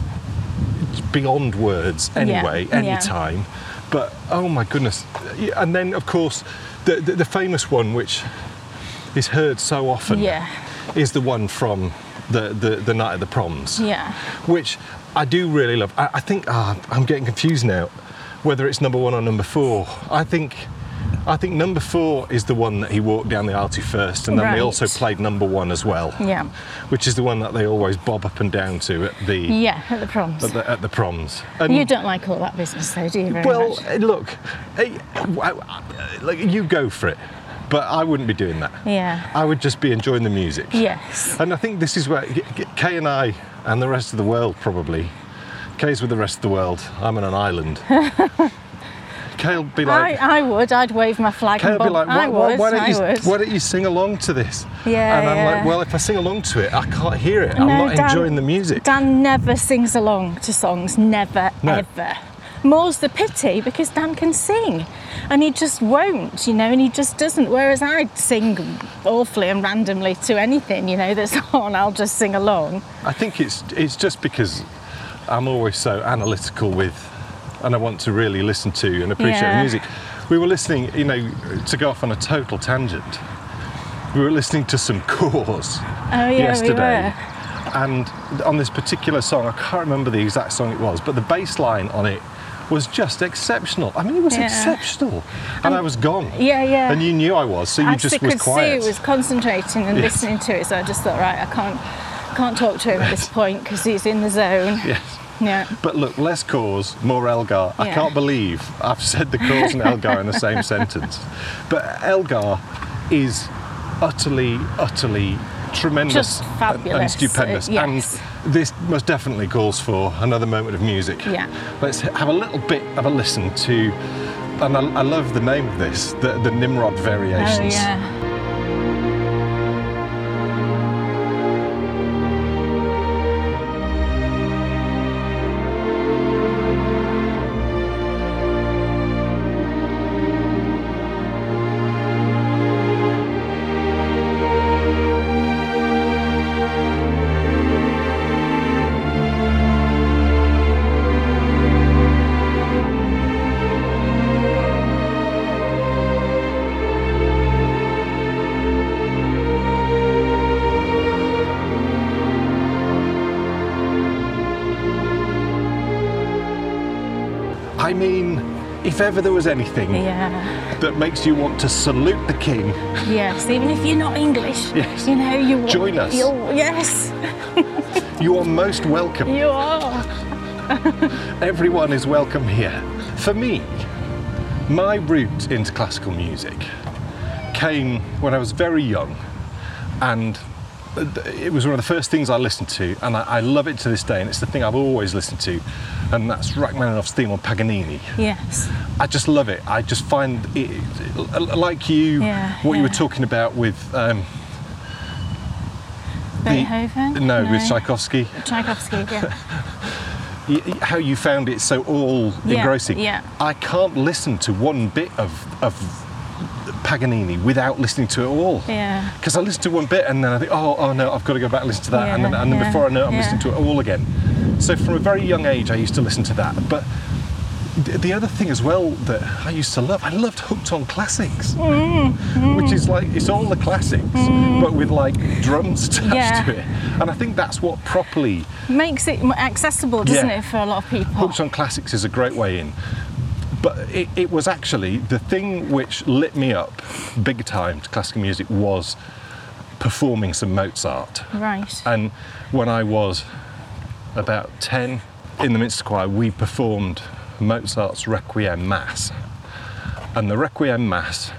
Speaker 1: beyond words anyway,
Speaker 2: yeah.
Speaker 1: anytime. But oh my goodness! Yeah, And then of course, the, the the famous one which is heard so often
Speaker 2: Yeah.
Speaker 1: is the one from the, the the night of the proms.
Speaker 2: yeah,
Speaker 1: which I do really love. I, I think ah, I'm getting confused now, whether it's number one or number four. I think I think number four is the one that he walked down the aisle to first, and then they
Speaker 2: Right.
Speaker 1: also played number one as well.
Speaker 2: Yeah.
Speaker 1: which is the one that they always bob up and down to at the
Speaker 2: yeah, at the proms.
Speaker 1: at, the, at the proms. And
Speaker 2: you don't like all that business, though, do you? Very
Speaker 1: well,
Speaker 2: much?
Speaker 1: eh, look, eh, w- I- I- like you go for it, but I wouldn't be doing that.
Speaker 2: Yeah.
Speaker 1: I would just be enjoying the music.
Speaker 2: yes.
Speaker 1: And I think this is where K- K- Kay and I and the rest of the world probably. Kay's with the rest of the world. I'm on an island. Kay'll be like,
Speaker 2: I, I would. I'd wave my flag.
Speaker 1: Kay'll
Speaker 2: and
Speaker 1: be like,
Speaker 2: bob-
Speaker 1: why,
Speaker 2: I
Speaker 1: why,
Speaker 2: would.
Speaker 1: why, don't
Speaker 2: I
Speaker 1: you,
Speaker 2: would.
Speaker 1: why don't you sing along to this?
Speaker 2: Yeah,
Speaker 1: And I'm like,
Speaker 2: yeah.
Speaker 1: well, if I sing along to it, I can't hear it. I'm
Speaker 2: No,
Speaker 1: not
Speaker 2: Dan-
Speaker 1: enjoying the music.
Speaker 2: Dan never sings along to songs. Never,
Speaker 1: No.
Speaker 2: ever. More's the pity because Dan can sing, and he just won't, you know, and he just doesn't. Whereas I sing awfully and randomly to anything, you know, that's on. I'll just sing along.
Speaker 1: I think it's it's just because I'm always so analytical with, and I want to really listen to and appreciate the
Speaker 2: Yeah.
Speaker 1: music. We were listening, you know, to go off on a total tangent. We were listening to some Cause
Speaker 2: Oh yeah,
Speaker 1: yesterday,
Speaker 2: we
Speaker 1: and on this particular song, I can't remember the exact song it was, but the bass line on it was just exceptional. I mean, it was
Speaker 2: Yeah.
Speaker 1: exceptional, and I was gone.
Speaker 2: were. Yeah, yeah.
Speaker 1: And you knew I was, so you
Speaker 2: I
Speaker 1: just
Speaker 2: could
Speaker 1: was quiet.
Speaker 2: see he was concentrating and
Speaker 1: Yes.
Speaker 2: listening to it, so I just thought, right, I can't, can't talk to him at this point because he's in the zone.
Speaker 1: yes.
Speaker 2: Yeah.
Speaker 1: But look, less cause, more Elgar. I
Speaker 2: Yeah.
Speaker 1: can't believe I've said the cause and Elgar in the same sentence. But Elgar is utterly, utterly tremendous
Speaker 2: Just
Speaker 1: and- and,
Speaker 2: fabulous, uh,
Speaker 1: stupendous.
Speaker 2: yes.
Speaker 1: And this most definitely calls for another moment of music.
Speaker 2: Yeah.
Speaker 1: Let's h- have a little bit of a listen to, and I, I love the name of this, the, the Nimrod
Speaker 2: Oh
Speaker 1: Variations.
Speaker 2: yeah.
Speaker 1: I mean, if ever there was anything
Speaker 2: Yeah.
Speaker 1: that makes you want to salute the king,
Speaker 2: Yes. Even if you're not English,
Speaker 1: Yes.
Speaker 2: you know you wa-
Speaker 1: Join us.
Speaker 2: you're- yes,
Speaker 1: you are most welcome.
Speaker 2: you are.
Speaker 1: Everyone is welcome here. For me, my route into classical music came when I was very young, and it was one of the first things I listened to, and I, I love it to this day, and it's the thing I've always listened to, and that's Rachmaninoff's theme on Paganini.
Speaker 2: Yes.
Speaker 1: I just love it. I just find it, like you,
Speaker 2: Yeah,
Speaker 1: what you were
Speaker 2: yeah.
Speaker 1: talking about with um, the-
Speaker 2: Beethoven?
Speaker 1: no, with Tchaikovsky,
Speaker 2: Tchaikovsky, yeah.
Speaker 1: y- y- how you found it so all
Speaker 2: Yeah,
Speaker 1: engrossing.
Speaker 2: yeah.
Speaker 1: I can't listen to one bit of of Paganini without listening to it all.
Speaker 2: Yeah.
Speaker 1: Because I listen to one bit and then I think, oh, oh no, I've got to go back and listen to that, and
Speaker 2: Yeah,
Speaker 1: then, and then
Speaker 2: yeah,
Speaker 1: before I know it, I'm
Speaker 2: yeah.
Speaker 1: listening to it all again. So from a very young age, I used to listen to that. But th- the other thing as well that I used to love, I loved Hooked on Classics,
Speaker 2: Mm,
Speaker 1: which is like it's all the classics, but with like drums attached
Speaker 2: Yeah.
Speaker 1: to it. And I think that's what properly
Speaker 2: Makes it more accessible, doesn't
Speaker 1: Yeah.
Speaker 2: it, for a lot of people?
Speaker 1: Hooked on Classics is a great way in. But it, it was actually the thing which lit me up big time to classical music was performing some Mozart.
Speaker 2: Right.
Speaker 1: And when I was about 10 in the Minster Choir, we performed Mozart's Requiem Mass. And the Requiem Mass,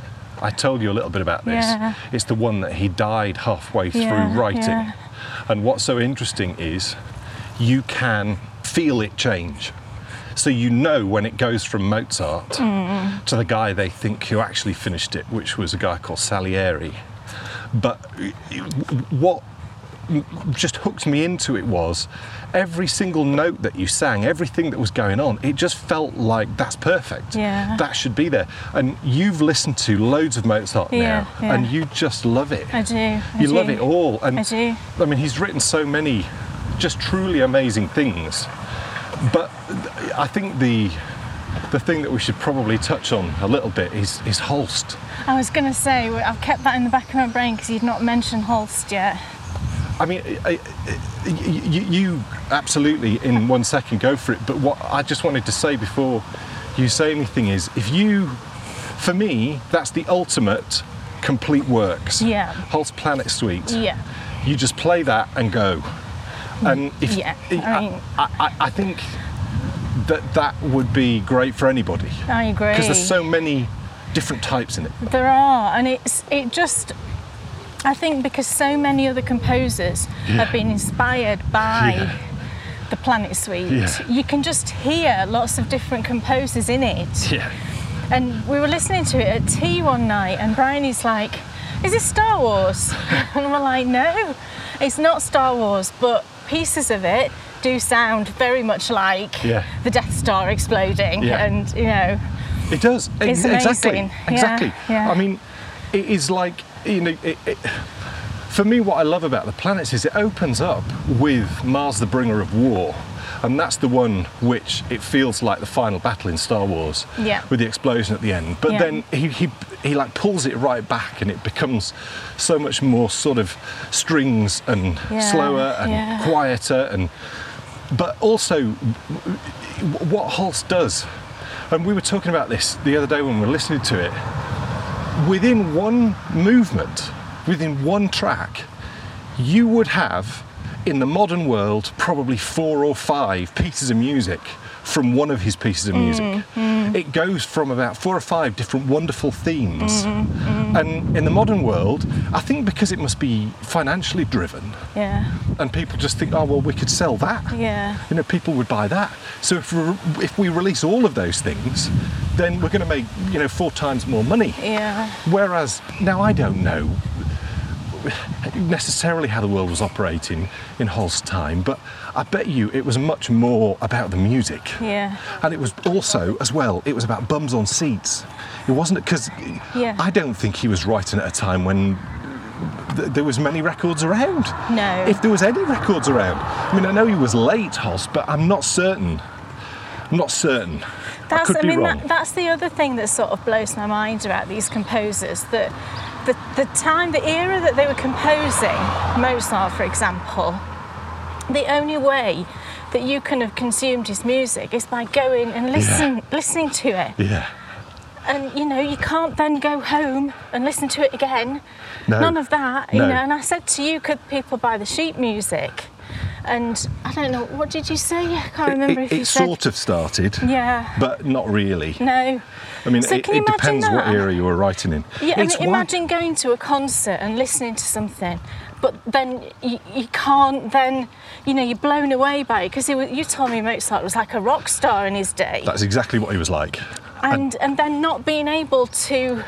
Speaker 1: I told you a little bit about this,
Speaker 2: Yeah.
Speaker 1: it's the one that he died halfway
Speaker 2: Yeah,
Speaker 1: through writing.
Speaker 2: yeah.
Speaker 1: And what's so interesting is you can feel it change. So you know when it goes from Mozart
Speaker 2: Mm.
Speaker 1: to the guy they think who actually finished it, which was a guy called Salieri. But what just hooked me into it was every single note that you sang, everything that was going on, it just felt like that's perfect.
Speaker 2: Yeah.
Speaker 1: That should be there. And you've listened to loads of Mozart
Speaker 2: Yeah,
Speaker 1: now,
Speaker 2: yeah.
Speaker 1: and you just love it.
Speaker 2: I do. I
Speaker 1: you
Speaker 2: do.
Speaker 1: love it all. And
Speaker 2: I do.
Speaker 1: I mean, he's written so many just truly amazing things. But th- I think the the thing that we should probably touch on a little bit is, is Holst.
Speaker 2: I was going to say, well, I've kept that in the back of my brain because you'd not mentioned Holst yet.
Speaker 1: I mean, I, I, you, you absolutely in one second go for it. But what I just wanted to say before you say anything is, if you, for me, that's the ultimate complete works.
Speaker 2: Yeah.
Speaker 1: Holst Planet Suite.
Speaker 2: Yeah.
Speaker 1: You just play that and go. And if
Speaker 2: Yeah,
Speaker 1: I,
Speaker 2: I mean-
Speaker 1: I, I, I think that that would be great for anybody
Speaker 2: I agree.
Speaker 1: because there's so many different types in it.
Speaker 2: There are, and it's it just. I think because so many other composers have been inspired by
Speaker 1: Yeah.
Speaker 2: the Planet Suite,
Speaker 1: Yeah.
Speaker 2: you can just hear lots of different composers in it.
Speaker 1: Yeah.
Speaker 2: And we were listening to it at tea one night, and Brian is like, "Is this Star Wars?" and we're like, "No, it's not Star Wars, but pieces of it." Do sound very much like
Speaker 1: Yeah.
Speaker 2: the Death Star exploding,
Speaker 1: Yeah.
Speaker 2: and you know,
Speaker 1: It does. E-
Speaker 2: It's
Speaker 1: exactly.
Speaker 2: amazing. Yeah,
Speaker 1: Exactly.
Speaker 2: yeah.
Speaker 1: I mean, it is like you know. It, it, for me, what I love about the planets is it opens up with Mars, the bringer of war, and that's the one which it feels like the final battle in Star Wars.
Speaker 2: Yeah.
Speaker 1: With the explosion at the end, but
Speaker 2: Yeah.
Speaker 1: then he, he he like pulls it right back, and it becomes so much more sort of strings and
Speaker 2: Yeah,
Speaker 1: slower and
Speaker 2: yeah.
Speaker 1: quieter and but also w- what Holst does, and we were talking about this the other day when we were listening to it. Within one movement, within one track, you would have, in the modern world, probably four or five pieces of music from one of his pieces
Speaker 2: Mm,
Speaker 1: of music. It goes from about four or five different wonderful themes.
Speaker 2: Mm,
Speaker 1: And in the modern world, I think because it must be financially driven,
Speaker 2: yeah,
Speaker 1: and people just think, oh well, we could sell that.
Speaker 2: Yeah.
Speaker 1: You know, people would buy that. So if we if we release all of those things, then we're going to make you know four times more money.
Speaker 2: yeah.
Speaker 1: Whereas now I don't know necessarily how the world was operating in Holst's time, but I bet you it was much more about the music.
Speaker 2: Yeah.
Speaker 1: And it was also, as well, it was about bums on seats. It wasn't because
Speaker 2: Yeah.
Speaker 1: I don't think he was writing at a time when th- there was many records around.
Speaker 2: No.
Speaker 1: If there was any records around, I mean, I know he was late, Holst, but I'm not certain. I'm not certain. I
Speaker 2: That's,
Speaker 1: could
Speaker 2: I,
Speaker 1: be
Speaker 2: mean,
Speaker 1: wrong.
Speaker 2: that, that's the other thing that sort of blows my mind about these composers that the, the time, the era that they were composing, Mozart, for example, the only way that you can have consumed his music is by going and listen, listening to it.
Speaker 1: yeah.
Speaker 2: And you know, you can't then go home and listen to it again.
Speaker 1: No.
Speaker 2: None of that, you
Speaker 1: No.
Speaker 2: know. And I said to you, could people buy the sheet music? And I don't know, what did you say? I can't remember
Speaker 1: it
Speaker 2: if you
Speaker 1: it
Speaker 2: said.
Speaker 1: sort of started,
Speaker 2: Yeah.
Speaker 1: but not really.
Speaker 2: No.
Speaker 1: I mean,
Speaker 2: So
Speaker 1: it,
Speaker 2: can you
Speaker 1: it
Speaker 2: imagine
Speaker 1: depends what
Speaker 2: that?
Speaker 1: era you were writing in.
Speaker 2: Yeah, I mean,
Speaker 3: It's why-
Speaker 2: imagine going to a concert and listening to something, but then you, you can't then, you know, you're blown away by it because you told me Mozart was like a rock star in his day,
Speaker 1: That's exactly what he was like.
Speaker 2: and and then not being able to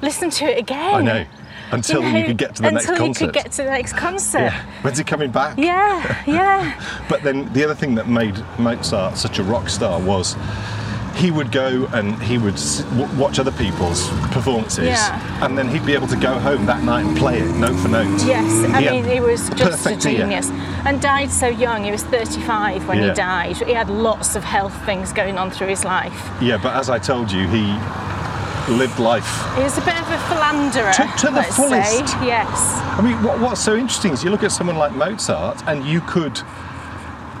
Speaker 2: listen to it again.
Speaker 1: I know. Until you,
Speaker 2: know,
Speaker 1: could get to the next
Speaker 2: until
Speaker 1: concert.
Speaker 2: you could get to the next concert.
Speaker 1: yeah. When's he coming back?
Speaker 2: Yeah, yeah.
Speaker 1: But then the other thing that made Mozart such a rock star was he would go and he would s- w- watch other people's performances,
Speaker 2: Yeah.
Speaker 1: and then he'd be able to go home that night and play it note for note.
Speaker 2: Yes, I
Speaker 1: He had
Speaker 2: mean he was
Speaker 1: a
Speaker 2: just a
Speaker 1: perfect ear.
Speaker 2: genius, and died so young. He was 35 when
Speaker 1: Yeah.
Speaker 2: he died. He had lots of health things going on through his life.
Speaker 1: Yeah, but as I told you, he lived life.
Speaker 2: He was a bit of a philanderer.
Speaker 1: To- to the
Speaker 2: let's
Speaker 1: fullest.
Speaker 2: Say. Yes.
Speaker 1: I mean, what, what's so interesting is you look at someone like Mozart, and you could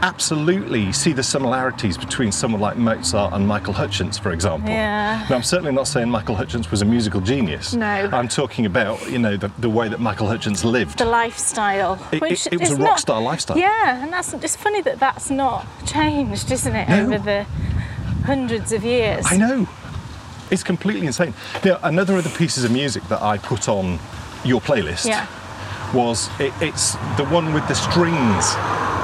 Speaker 1: absolutely see the similarities between someone like Mozart and Michael Hutchence, for example.
Speaker 2: Yeah.
Speaker 1: Now, I'm certainly not saying Michael Hutchence was a musical genius.
Speaker 2: No.
Speaker 1: I'm talking about, you know, the, the way that Michael Hutchence lived.
Speaker 2: The lifestyle.
Speaker 1: It-
Speaker 2: which
Speaker 1: it- it was
Speaker 2: is
Speaker 1: a rock
Speaker 2: not-
Speaker 1: star lifestyle.
Speaker 2: Yeah, and that's it's funny that that's not changed, isn't it,
Speaker 1: No.
Speaker 2: over the hundreds of years.
Speaker 1: I know. It's completely insane. Now, another of the pieces of music that I put on your playlist
Speaker 2: Yeah.
Speaker 1: was it, it's the one with the strings.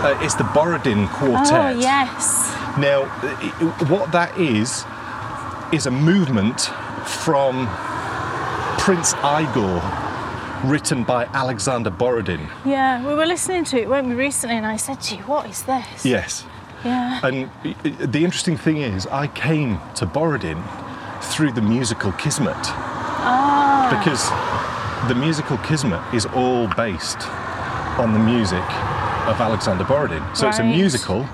Speaker 1: Uh, it's the Borodin
Speaker 2: Oh
Speaker 1: Quartet.
Speaker 2: yes.
Speaker 1: Now, i- i- what that is is a movement from Prince Igor, written by Alexander Borodin.
Speaker 2: Yeah, we were listening to it, weren't we, recently? And I said to you, "What is this?"
Speaker 1: Yes.
Speaker 2: Yeah.
Speaker 1: And i- i- the interesting thing is, I came to Borodin through the musical Kismet.
Speaker 2: Ah.
Speaker 1: because the musical Kismet is all based on the music of Alexander Borodin. So it's a
Speaker 2: Right.
Speaker 1: musical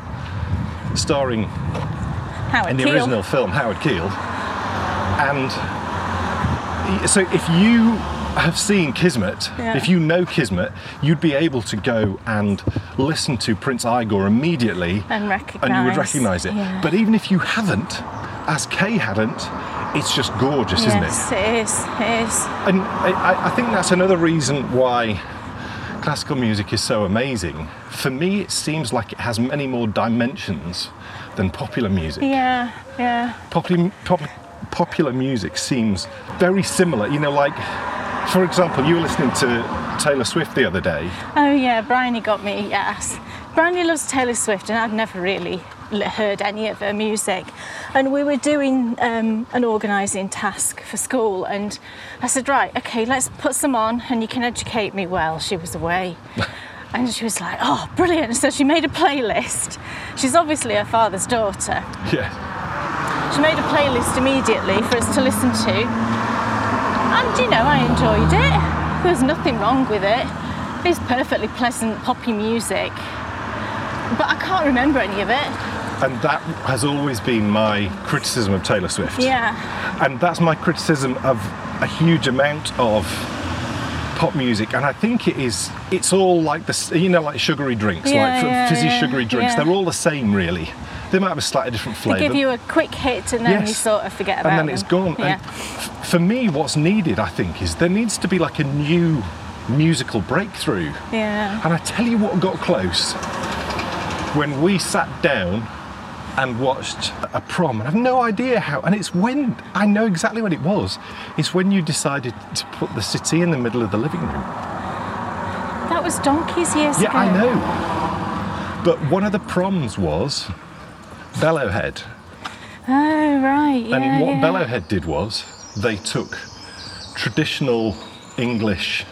Speaker 1: starring
Speaker 2: Howard
Speaker 1: in the
Speaker 2: Keel.
Speaker 1: original film Howard Keel. And y- so if you have seen Kismet,
Speaker 2: Yeah.
Speaker 1: if you know Kismet, you'd be able to go and listen to Prince Igor immediately
Speaker 2: And
Speaker 1: and you would
Speaker 2: recognise.
Speaker 1: recognize it.
Speaker 2: Yeah.
Speaker 1: But even if you haven't, as Kay hadn't, it's just gorgeous, isn't it?
Speaker 2: Yes, it is. It is.
Speaker 1: And I, I- I think that's another reason why classical music is so amazing. For me, it seems like it has many more dimensions than popular music.
Speaker 2: Yeah, yeah.
Speaker 1: Popular, pop, popular music seems very similar. You know, like, for example, you were listening to Taylor Swift the other day.
Speaker 2: Oh yeah, Bryony got me. Yes, Bryony loves Taylor Swift, and I'd never really l- heard any of her music. And we were doing um, an organising task for school, and I said, right, okay, let's put some on, and you can educate me. Well, she was away. And she was like, oh, brilliant. So she made a playlist. She's obviously her father's daughter.
Speaker 1: Yeah.
Speaker 2: She made a playlist immediately for us to listen to. And you know, I enjoyed it. There was nothing wrong with it. It's perfectly pleasant poppy music. But I can't remember any of it.
Speaker 1: And that has always been my criticism of Taylor Swift.
Speaker 2: Yeah.
Speaker 1: and that's my criticism of a huge amount of pop music and i think it is it's all like this you know like sugary drinks
Speaker 2: Yeah,
Speaker 1: like f-
Speaker 2: yeah,
Speaker 1: fizzy
Speaker 2: yeah,
Speaker 1: sugary drinks
Speaker 2: yeah.
Speaker 1: they're all the same really they might have a slightly different
Speaker 2: They
Speaker 1: flavor
Speaker 2: give you a quick hit and then you sort of forget about
Speaker 1: and then
Speaker 2: them.
Speaker 1: it's gone
Speaker 2: Yeah.
Speaker 1: and f- for me what's needed i think is there needs to be like a new musical breakthrough
Speaker 2: yeah.
Speaker 1: and I tell you what got close when we sat down and watched a prom, and I've no idea how. And it's when I know exactly when it was. It's when you decided to put the city in the middle of the living room.
Speaker 2: That was donkeys years
Speaker 1: Yeah,
Speaker 2: ago.
Speaker 1: I know. But one of the proms was Bellowhead,
Speaker 2: Oh right. Yeah,
Speaker 1: and what
Speaker 2: yeah.
Speaker 1: Bellowhead did was they took traditional English.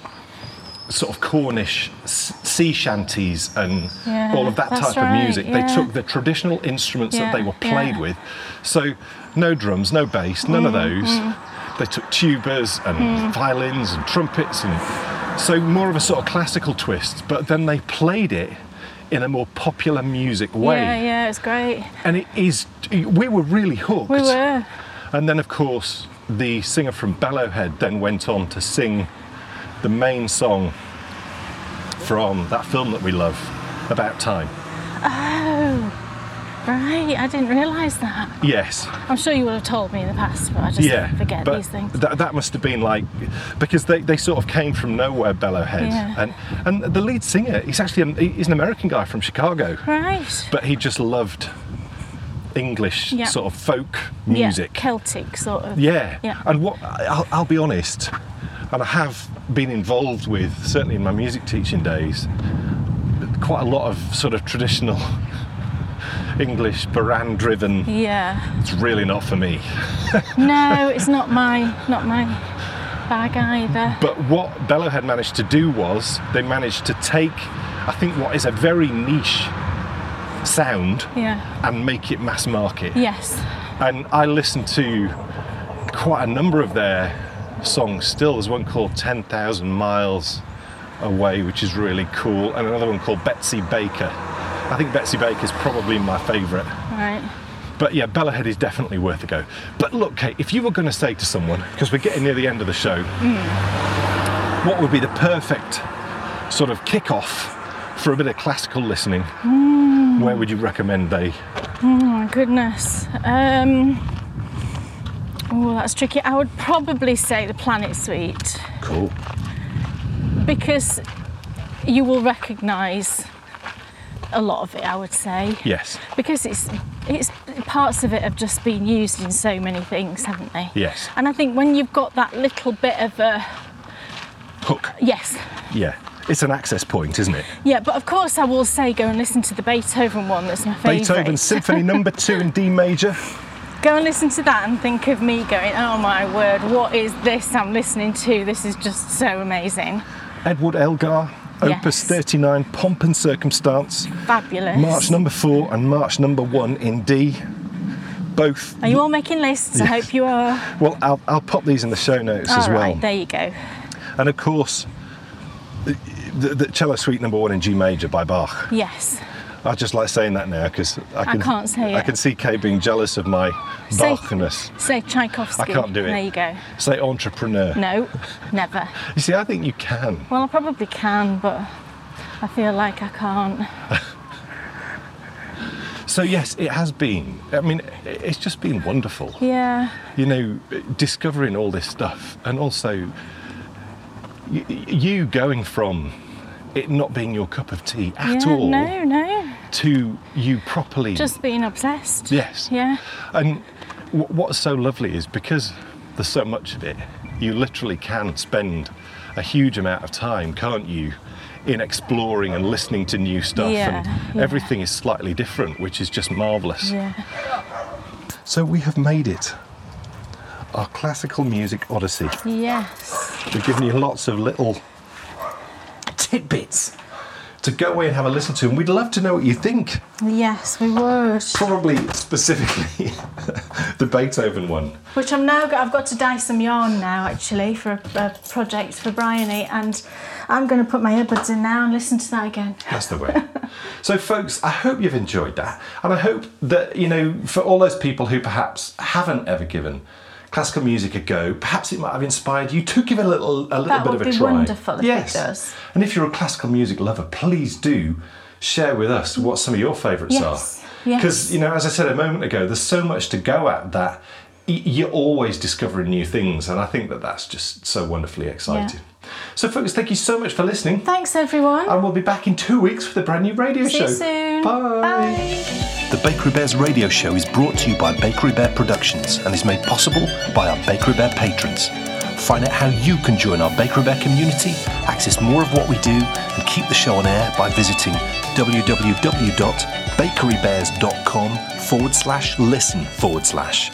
Speaker 1: Sort of Cornish s- sea shanties and
Speaker 2: Yeah,
Speaker 1: all of that
Speaker 2: that's
Speaker 1: type
Speaker 2: right,
Speaker 1: of music. They
Speaker 2: yeah.
Speaker 1: took the traditional instruments that they
Speaker 2: Yeah,
Speaker 1: were played
Speaker 2: yeah.
Speaker 1: with. So, no drums, no bass, none
Speaker 2: Mm,
Speaker 1: of those. They took tubas and violins and trumpets, and so more of a sort of classical twist, but then they played it in a more popular music way.
Speaker 2: Yeah, yeah, it's great.
Speaker 1: And it is, we were really hooked.
Speaker 2: We were.
Speaker 1: And then, of course, the singer from Bellowhead then went on to sing the main song from that film that we love, About Time.
Speaker 2: Oh. Right, I didn't realise that.
Speaker 1: Yes.
Speaker 2: I'm sure you would have told me in the past, but I just
Speaker 1: yeah.
Speaker 2: forget
Speaker 1: but
Speaker 2: these things.
Speaker 1: That, that must have been like because they, they sort of came from nowhere, Bellowhead,
Speaker 2: Yeah.
Speaker 1: and and the lead singer he's actually a, he's an American guy from Chicago,
Speaker 2: right.
Speaker 1: but he just loved English
Speaker 2: Yeah.
Speaker 1: sort of folk
Speaker 2: Yeah,
Speaker 1: music.
Speaker 2: Celtic sort of.
Speaker 1: Yeah.
Speaker 2: Yeah.
Speaker 1: And what I'll, I'll be honest, and I have been involved with certainly in my music teaching days, quite a lot of sort of traditional English baran driven.
Speaker 2: Yeah.
Speaker 1: It's really not for me.
Speaker 2: No, it's not my not my bag either.
Speaker 1: But what Bellow had managed to do was they managed to take, I think, what is a very niche sound
Speaker 2: Yeah.
Speaker 1: and make it mass market.
Speaker 2: Yes.
Speaker 1: and I listen to quite a number of their songs still. There's one called 10,000 Miles Away, which is really cool, and another one called Betsy Baker. I think Betsy Baker's probably my favourite.
Speaker 2: Right.
Speaker 1: But yeah, Bellahead is definitely worth a go. But look, Kate, if you were going to say to someone, because we're getting near the end of the show, what would be the perfect sort of kick-off for a bit of classical listening? Where would you recommend they?
Speaker 2: Oh my goodness. Um. Oh, that's tricky. I would probably say the Planet Suite
Speaker 1: Cool.
Speaker 2: because you will recognise a lot of it. I would say.
Speaker 1: Yes.
Speaker 2: because it's it's parts of it have just been used in so many things haven't they
Speaker 1: Yes.
Speaker 2: and i think when you've got that little bit of a
Speaker 1: Hook.
Speaker 2: yes
Speaker 1: Yeah, it's an access point, isn't it?
Speaker 2: yeah but of course i will say go and listen to the beethoven one that's my favourite
Speaker 1: Beethoven Symphony Number Two in D Major.
Speaker 2: go and listen to that and think of me going oh my word what is this i'm listening to this is just so amazing
Speaker 1: Edward Elgar, Opus
Speaker 2: Yes.
Speaker 1: 39, Pomp and Circumstance,
Speaker 2: fabulous
Speaker 1: March Number Four and March Number One in D. Both.
Speaker 2: are you all making lists i hope you are
Speaker 1: Well, I'll, I'll pop these in the show notes as
Speaker 2: all
Speaker 1: well.
Speaker 2: right there you go
Speaker 1: and of course, the, the, the Cello Suite Number One in G Major by Bach.
Speaker 2: yes
Speaker 1: I just like saying that now because I can.
Speaker 2: can't say
Speaker 1: I
Speaker 2: it.
Speaker 1: can see Kate being jealous of my
Speaker 2: Say-
Speaker 1: Bachness.
Speaker 2: say tchaikovsky
Speaker 1: I can't do it.
Speaker 2: there you go
Speaker 1: Say entrepreneur.
Speaker 2: no never
Speaker 1: You see, I think you can.
Speaker 2: Well, I probably can, but I feel like I can't.
Speaker 1: So yes, it has been. I mean, it's just been wonderful.
Speaker 2: Yeah,
Speaker 1: You know, discovering all this stuff, and also y- you going from it not being your cup of tea at
Speaker 2: yeah,
Speaker 1: all
Speaker 2: No, no.
Speaker 1: to you properly.
Speaker 2: Just being obsessed.
Speaker 1: yes.
Speaker 2: Yeah.
Speaker 1: And w- what's so lovely is because there's so much of it, you literally can spend a huge amount of time, can't you, in exploring and listening to new stuff,
Speaker 2: Yeah,
Speaker 1: and
Speaker 2: yeah.
Speaker 1: everything is slightly different, which is just marvelous.
Speaker 2: Yeah.
Speaker 3: So we have made it. Our classical music odyssey.
Speaker 2: Yes.
Speaker 1: We've given you lots of little
Speaker 3: Tidbits to go away and have a listen to, and we'd love to know what you think.
Speaker 2: Yes, we would.
Speaker 3: Probably specifically the Beethoven one.
Speaker 2: Which I'm now. I've got to dye some yarn now, actually, for a, a project for Bryony, and I'm going to put my earbuds in now and listen to that again.
Speaker 3: That's the way. so, folks, I hope you've enjoyed that. And I hope that, you know, for all those people who perhaps haven't ever given classical music a go, perhaps it might have inspired you to give a little, a little
Speaker 2: That
Speaker 3: bit
Speaker 2: would
Speaker 3: of a
Speaker 2: be
Speaker 3: try.
Speaker 2: wonderful if it
Speaker 3: yes.
Speaker 2: does.
Speaker 3: And if you're a classical music lover, please do share with us what some of your favourites
Speaker 2: Yes,
Speaker 3: are.
Speaker 2: yes.
Speaker 3: Because, you know, as I said a moment ago, there's so much to go at that y- you're always discovering new things. And I think that that's just so wonderfully exciting. So, folks, thank you so much for listening.
Speaker 2: Thanks, everyone.
Speaker 3: And we'll be back in two weeks with a brand new radio
Speaker 2: See
Speaker 3: show.
Speaker 2: you soon.
Speaker 3: Bye.
Speaker 2: Bye.
Speaker 4: The Bakery Bears radio show is brought to you by Bakery Bear Productions and is made possible by our Bakery Bear patrons. Find out how you can join our Bakery Bear community, access more of what we do, and keep the show on air by visiting www.bakerybears.com forward slash listen forward slash.